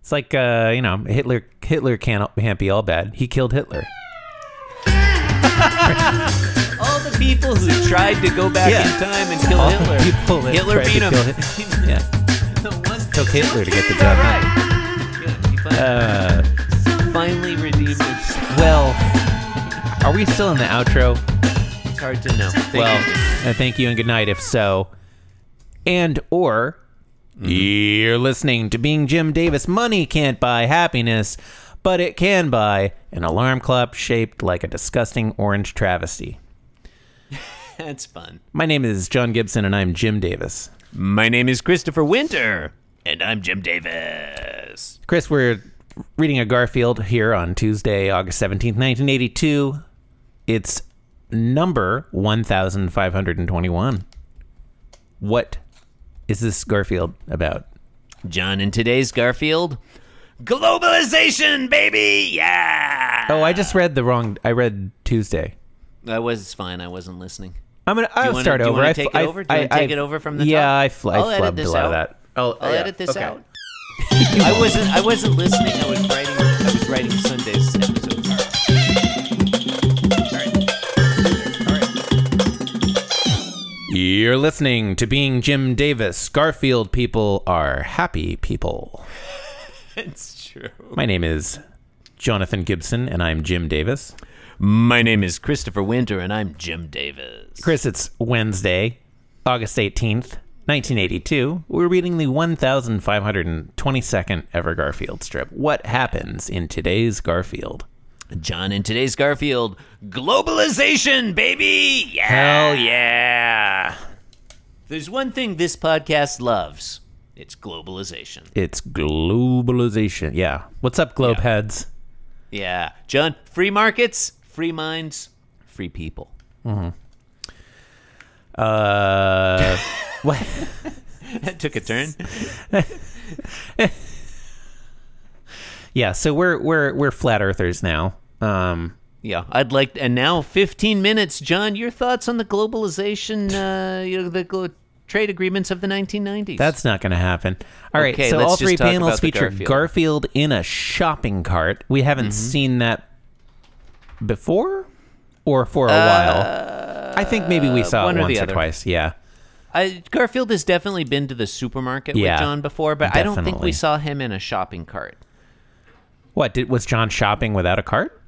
It's like uh, you know, Hitler Hitler can't can't be all bad. He killed Hitler. All the people who tried to go back Yeah. in time and kill All the Hitler. people that Hitler tried to beat him. kill Hit- yeah. The one- Took Hitler to get the Yeah, job done. Right. Yeah, he finally, Uh, finally redeemed himself. well, are we still in the outro? It's hard to know. Thank well, you. uh, thank you and good night if so. And or Mm-hmm. you're listening to being Jim Davis. Money can't buy happiness, but it can buy an alarm clock shaped like a disgusting orange travesty. that's fun. My name is John Gibson and I'm Jim Davis. My name is Christopher Winter, and I'm Jim Davis. Chris, we're reading a Garfield here on Tuesday, August 17th, 1982. It's number 1521. What is this Garfield about? John, in today's Garfield, globalization, baby, yeah. Oh, I just read the wrong. I read Tuesday. I was fine. I wasn't listening. I'm gonna. I'll wanna- start do you over. wanna I, take it I, over? Do you wanna I- take it over from the yeah, top? I, fl- I I'll edit flubbed this a lot of out. that. Oh, I'll yeah, edit this okay. out. I wasn't. I wasn't listening. I was writing. I was writing Sunday's episode. All right. All right. You're listening to Being Jim Davis. Garfield people are happy people. It's true. My name is Jonathan Gibson, and I'm Jim Davis. My name is Christopher Winter, and I'm Jim Davis. Chris, it's Wednesday, August 18th, 1982. We're reading the 1,522nd ever Garfield strip. What happens in today's Garfield? John in today's Garfield. Globalization, baby. Oh, Yeah. Hell yeah! There's one thing this podcast loves. It's globalization. It's globalization. Yeah. What's up, globe Yeah. heads? Yeah. John, free markets, free minds, free people. Uh, what? That took a turn. Yeah. So we're we're we're flat earthers now. Um, Yeah, I'd like. And now, 15 minutes, John. Your thoughts on the globalization, uh, you know, the glo- trade agreements of the 1990s? that's not going to happen. All right. Okay, so let's all just three talk panels about the feature Garfield. Mm-hmm. Garfield. in a shopping cart. We haven't seen that before, or for a while. I think maybe we saw Uh, one it or the once or other. twice. Yeah. I, Garfield has definitely been to the supermarket Yeah, with John before, but I don't think definitely. we saw him in a shopping cart. What did was John shopping without a cart?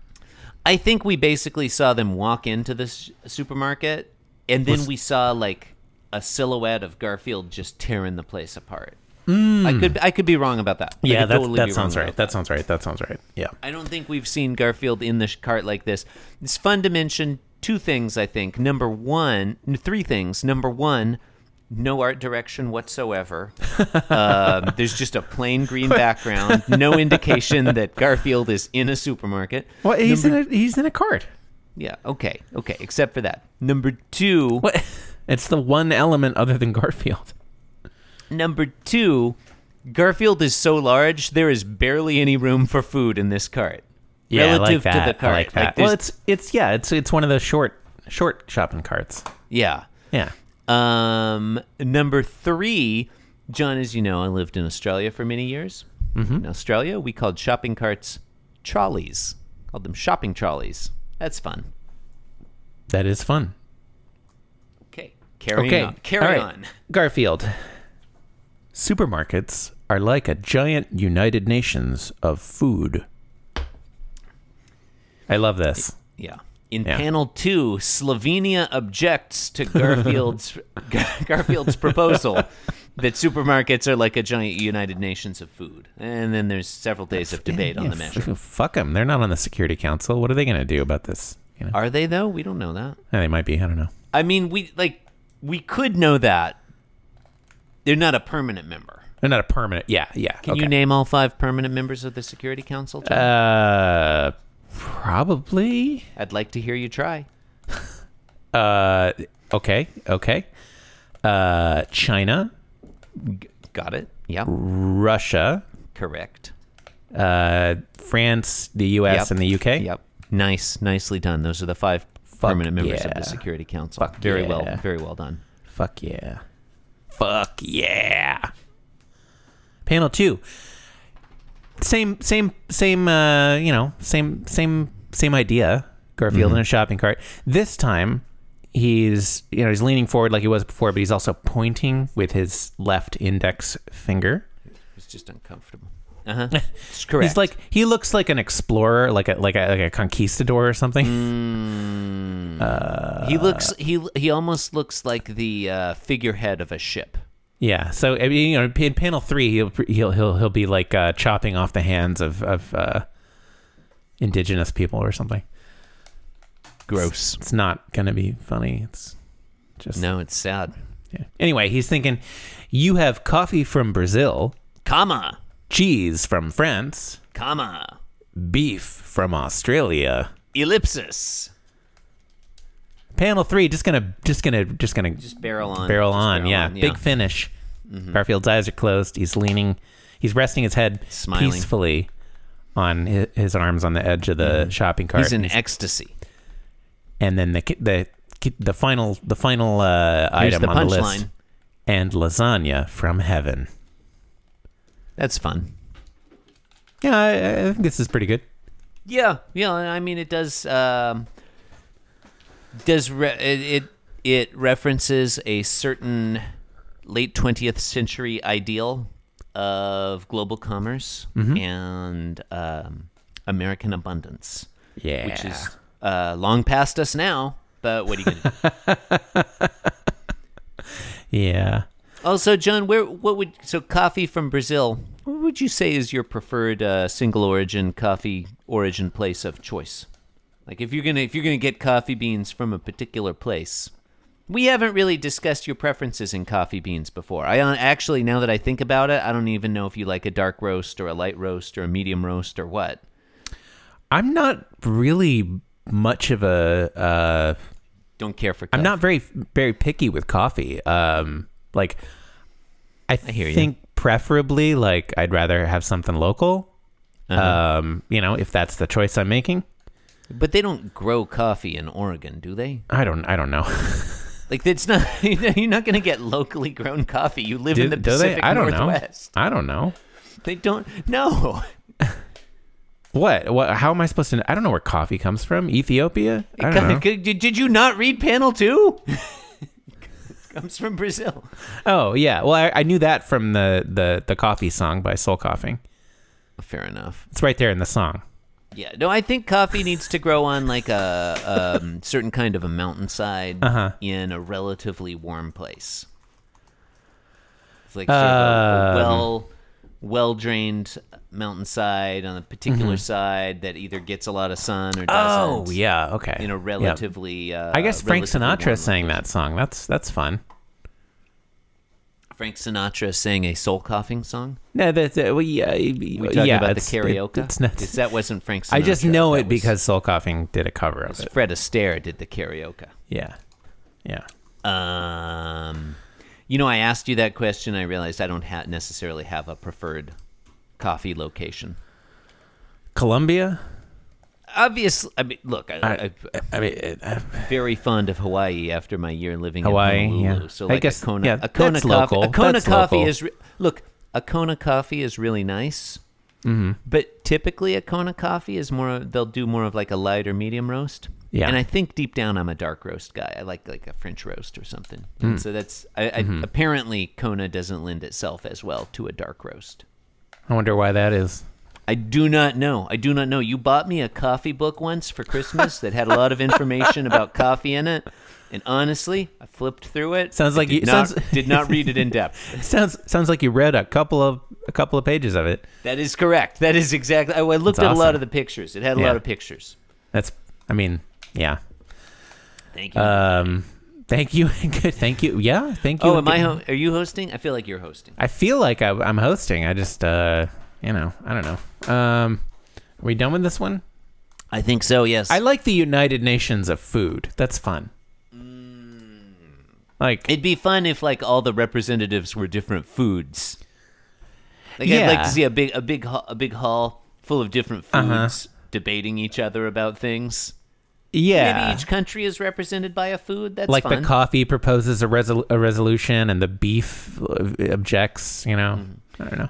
I think we basically saw them walk into this supermarket, and then we saw like a silhouette of Garfield just tearing the place apart. I could I could be wrong about that. I Hmm. Yeah, could that, totally be that wrong sounds about right. That sounds right. That sounds right. Yeah. I don't think we've seen Garfield in the sh- cart like this. It's fun to mention two things, I think. Number one, n- three things. Number one, no art direction whatsoever. um, there's just a plain green background, no indication that Garfield is in a supermarket. Well, he's in a he's in a cart. Yeah, okay, okay, except for that. Number two, What? It's the one element other than Garfield. number two, Garfield is so large, there is barely any room for food in this cart. relative to the cart. well, there's- it's it's yeah, it's it's one of those short short shopping carts. yeah. Yeah. Um, number three, John, as you know, I lived in Australia for many years. Mm-hmm. In Australia, we called shopping carts trolleys. Called them shopping trolleys. That's fun. That is fun. Okay, carry okay. on. Carry All right. on. Garfield. Supermarkets are like a giant United Nations of food. I love this. Yeah. In Yeah. panel two, Slovenia objects to Garfield's Gar- Garfield's proposal that supermarkets are like a giant United Nations of food. And then there's several days of debate on the measure. Fuck them. They're not on the Security Council. What are they going to do about this? You know, Are they though? We don't know that. Eh, they might be. I don't know. I mean, we like we could know that. They're not a permanent member. They're not a permanent. Yeah, yeah. Can you name all five permanent members of the Security Council? John? Uh, probably. I'd like to hear you try. Uh, okay, okay. Uh, China, Got it? Yeah. Russia, Correct. uh, France, the U.S., Yep. and the U.K. Yep. Nice, nicely done. Those are the five permanent members of yeah. the Security Council. very yeah. well, very well done. Fuck yeah. Fuck yeah. Panel two. same same same uh you know same same same idea garfield in a shopping cart this time he's you know he's leaning forward like he was before but he's also pointing with his left index finger It's just uncomfortable. Uh huh. It's correct. he's like he looks like an explorer like a like a like a conquistador or something he looks he he almost looks like the uh, figurehead of a ship. yeah so i mean you know in panel three he'll he'll he'll, he'll be like uh chopping off the hands of of uh indigenous people or something Gross. it's not gonna be funny it's No, it's sad. Yeah. Anyway, he's thinking, you have coffee from Brazil, Comma, cheese from France, comma, beef from Australia. ellipsis. Panel three, just gonna, just gonna, just gonna Just barrel on. Mm-hmm. barrel Just on. yeah. big finish. Garfield's eyes are closed. He's leaning. He's resting his head Smiling. peacefully on his, his arms on the edge of the shopping cart. Mm-hmm. He's in ecstasy. and then the ki- the ki- the final the final uh, item the on the punchline. list and lasagna from heaven. That's fun. Yeah, I, I think this is pretty good. Yeah, yeah. I mean, it does. Um, does re- it, it it references a certain late twentieth century ideal of global commerce and um, American abundance, Yeah, which is uh, long past us now. But what are you gonna do? yeah. also, John, where what would so coffee from Brazil? What would you say is your preferred uh, single origin coffee origin place of choice? Like if you're gonna if you're gonna get coffee beans from a particular place, we haven't really discussed your preferences in coffee beans before. I uh, actually now that I think about it, I don't even know if you like a dark roast or a light roast or a medium roast or what. I'm not really much of a. Uh, Don't care for. Coffee. I'm not very very picky with coffee. Um, like I, hear you. think preferably like I'd rather have something local. Um, you know, if that's the choice I'm making, But they don't grow coffee in Oregon, do they? I don't I don't know. Like it's not you're not going to get locally grown coffee. You live in the do they? Pacific I don't Northwest. know. I don't know. They don't. No, What? What? How am I supposed to? Know? I don't know where coffee comes from. Ethiopia? I don't know. did, did you not read panel two? Comes from Brazil. Oh yeah. Well, I, I knew that from the the the coffee song by Soul Coughing. Fair enough. It's right there in the song. Yeah. No, I think coffee needs to grow on like a um, certain kind of a mountainside Uh-huh. in a relatively warm place. It's like sort of a- a Um. well, well drained mountainside on a particular side that either gets a lot of sun or doesn't. Mm-hmm. Oh, yeah. Okay. in a relatively. Uh, I guess Frank relatively Sinatra warm- sang that song. That's that's fun. Frank Sinatra sang a soul coughing song. No, that's uh, well, yeah, we We talking yeah, about the it's- it- karaoke. it's not- Is that wasn't Frank. Sinatra. I just know that it was- because Soul Coughing did a cover of it. Fred Astaire did the karaoke. Yeah, yeah. Um, you know, I asked you that question. I realized I don't ha- necessarily have a preferred coffee location. Colombia. Obviously, I mean, look, I, I, I, I mean, it, I, am very fond of Hawaii after my year living Hawaii, in Honolulu. yeah. So, I like guess- a Kona, yeah, a Kona that's coffee, local. a Kona That's coffee local. is re- look, a Kona coffee is really nice. Mm-hmm. But typically, a Kona coffee is more. They'll do more of like a light or medium roast. Yeah. And I think deep down, I'm a dark roast guy. I like like a French roast or something. Mm. And so that's I, I, Mm-hmm. apparently Kona doesn't lend itself as well to a dark roast. I wonder why that is. I do not know. I do not know. You bought me a coffee book once for Christmas that had a lot of information about coffee in it, and honestly, I flipped through it. Sounds I like you- did not, sounds- did not read it in depth. Sounds sounds like you read a couple of a couple of pages of it. That is correct. That is exactly. I, I looked That's at a lot awesome. of the pictures. It had a Yeah. lot of pictures. That's. I mean, yeah. Thank you. Um, thank you. Good. Thank you. Yeah. Thank you. oh, am I? Ho- are you hosting? I feel like you're hosting. I feel like I, I'm hosting. I just, uh, you know, I don't know. Um, are we done with this one? I think so. Yes. I like the United Nations of food. That's fun. Mm. Like It'd be fun if like all the representatives were different foods. Like I'd like Yeah. Uh-huh. to see a big a big ha- a big hall full of different foods debating each other about things. yeah, Maybe each country is represented by a food. That's like fun. the coffee Mm-hmm. proposes a, resol- a resolution and the beef uh, objects. You know, I don't know.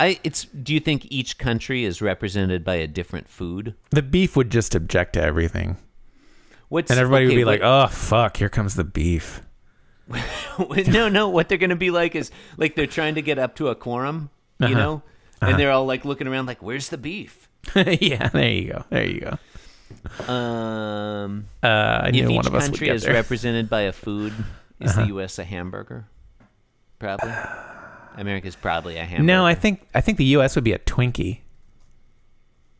I it's. Do you think each country is represented by a different food? The beef would just object to everything. What's And everybody okay, would be like, what- oh, fuck, here comes the beef. "Oh." no, no. What they're going to be like is like they're trying to get up to a quorum, you Uh-huh. know, and they're all like looking around, like, "Where's the beef?" yeah, there you go. There you go. Um, Uh, I if knew one each of us would country get is there. Uh-huh. represented by a food, is the U.S. a hamburger? Probably. America's probably a hamburger. no, I think I think the U.S. would be a Twinkie.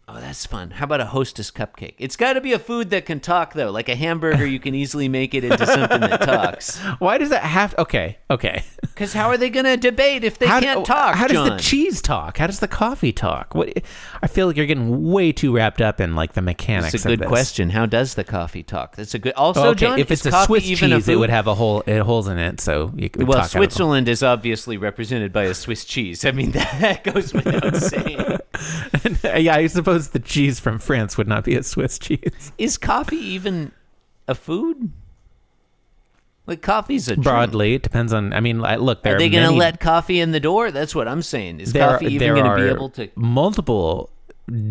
Oh, that's fun. How about a hostess cupcake? It's got to be a food that can talk, though. Like a hamburger, you can easily make it into something that talks. Why does that have? Okay, okay. Because how are they going to debate if they How, oh, can't talk? How John? does the cheese talk? How does the coffee talk? What? I feel like you're getting way too wrapped up in like the mechanics. That's a of good this. Oh, question. How does the coffee talk? That's a good. Also, okay, John, if it's is a coffee Swiss even a cheese, it food? would have a hole. It holes in it, so you could Well, talk out of them. Switzerland is obviously represented by a Swiss cheese. I mean, that goes without saying. yeah, I suppose the cheese from France would not be a Swiss cheese. Is coffee even a food? Like coffee's a drink. Broadly, it depends on. I mean, like, look, there Are are they going to many- let coffee in the door? That's what I'm saying. Is there coffee are, even there going to be are able to? multiple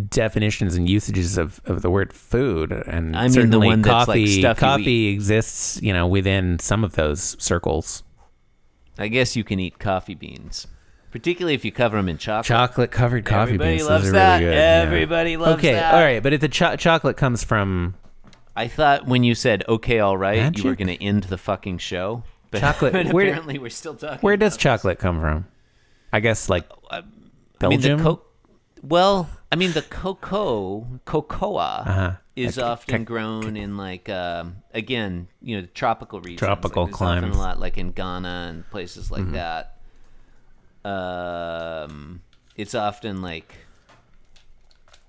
definitions and usages of, of the word food and I mean the certainly one that's, like, coffee stuff you coffee exists you know within some of those circles I guess you can eat coffee beans, particularly if you cover them in chocolate. chocolate covered coffee Everybody beans loves those are that. really good yeah. Everybody loves okay that. all right but if the cho- chocolate comes from I thought when you said okay, all right, you were Magic? going to end the fucking show. But, Chocolate- but where- apparently, we're still talking. where does about- chocolate come from i guess like I mean, belgium the co- Well, I mean the cocoa, cocoa Uh-huh. is often grown in like um, again, you know, tropical regions, Tropical Mm-hmm. like there's often climes. a lot like in Ghana and places like that. Um, it's often like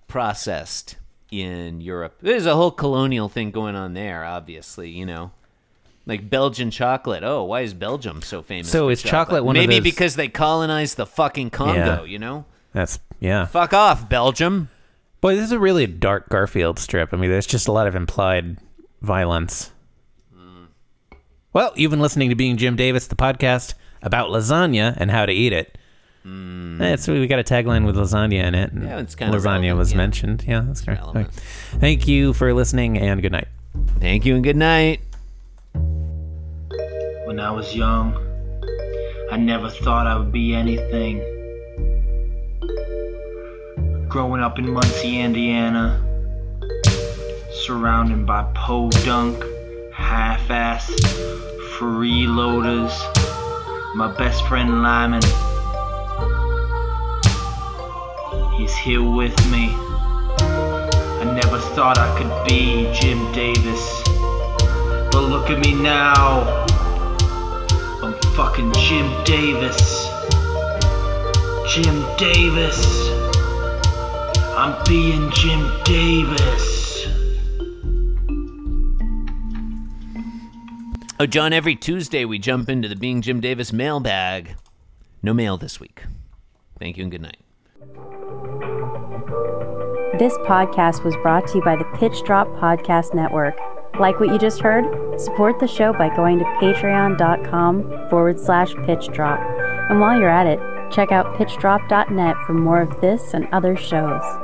processed in Europe. There's a whole colonial thing going on there, obviously, you know. Like Belgian chocolate. Oh, why is Belgium so famous? So for is chocolate one of Maybe those- because they colonized the fucking Congo, Yeah. you know? that's yeah Fuck off, Belgium. boy this is a really dark garfield strip i mean there's just a lot of implied violence well you've been listening to being jim davis the podcast about lasagna and how to eat it That's we got a tagline with lasagna in it. And Hmm. Yeah, it's kinda lasagna relevant, was yeah. mentioned. Yeah, that's correct. relevant. Thank you for listening and good night. Thank you and good night. When I was young, I never thought I would be anything. Growing up in Muncie, Indiana, surrounded by podunk, half ass freeloaders, my best friend Lyman. He's here with me. I never thought I could be Jim Davis. But look at me now. I'm fucking Jim Davis. Jim Davis. I'm being Jim Davis. Oh, John, every Tuesday we jump into the Being Jim Davis mailbag. No mail this week. Thank you and good night. This podcast was brought to you by the Pitch Drop Podcast Network. Like what you just heard? Support the show by going to patreon.com forward slash pitch drop. And while you're at it, check out pitchdrop.net for more of this and other shows.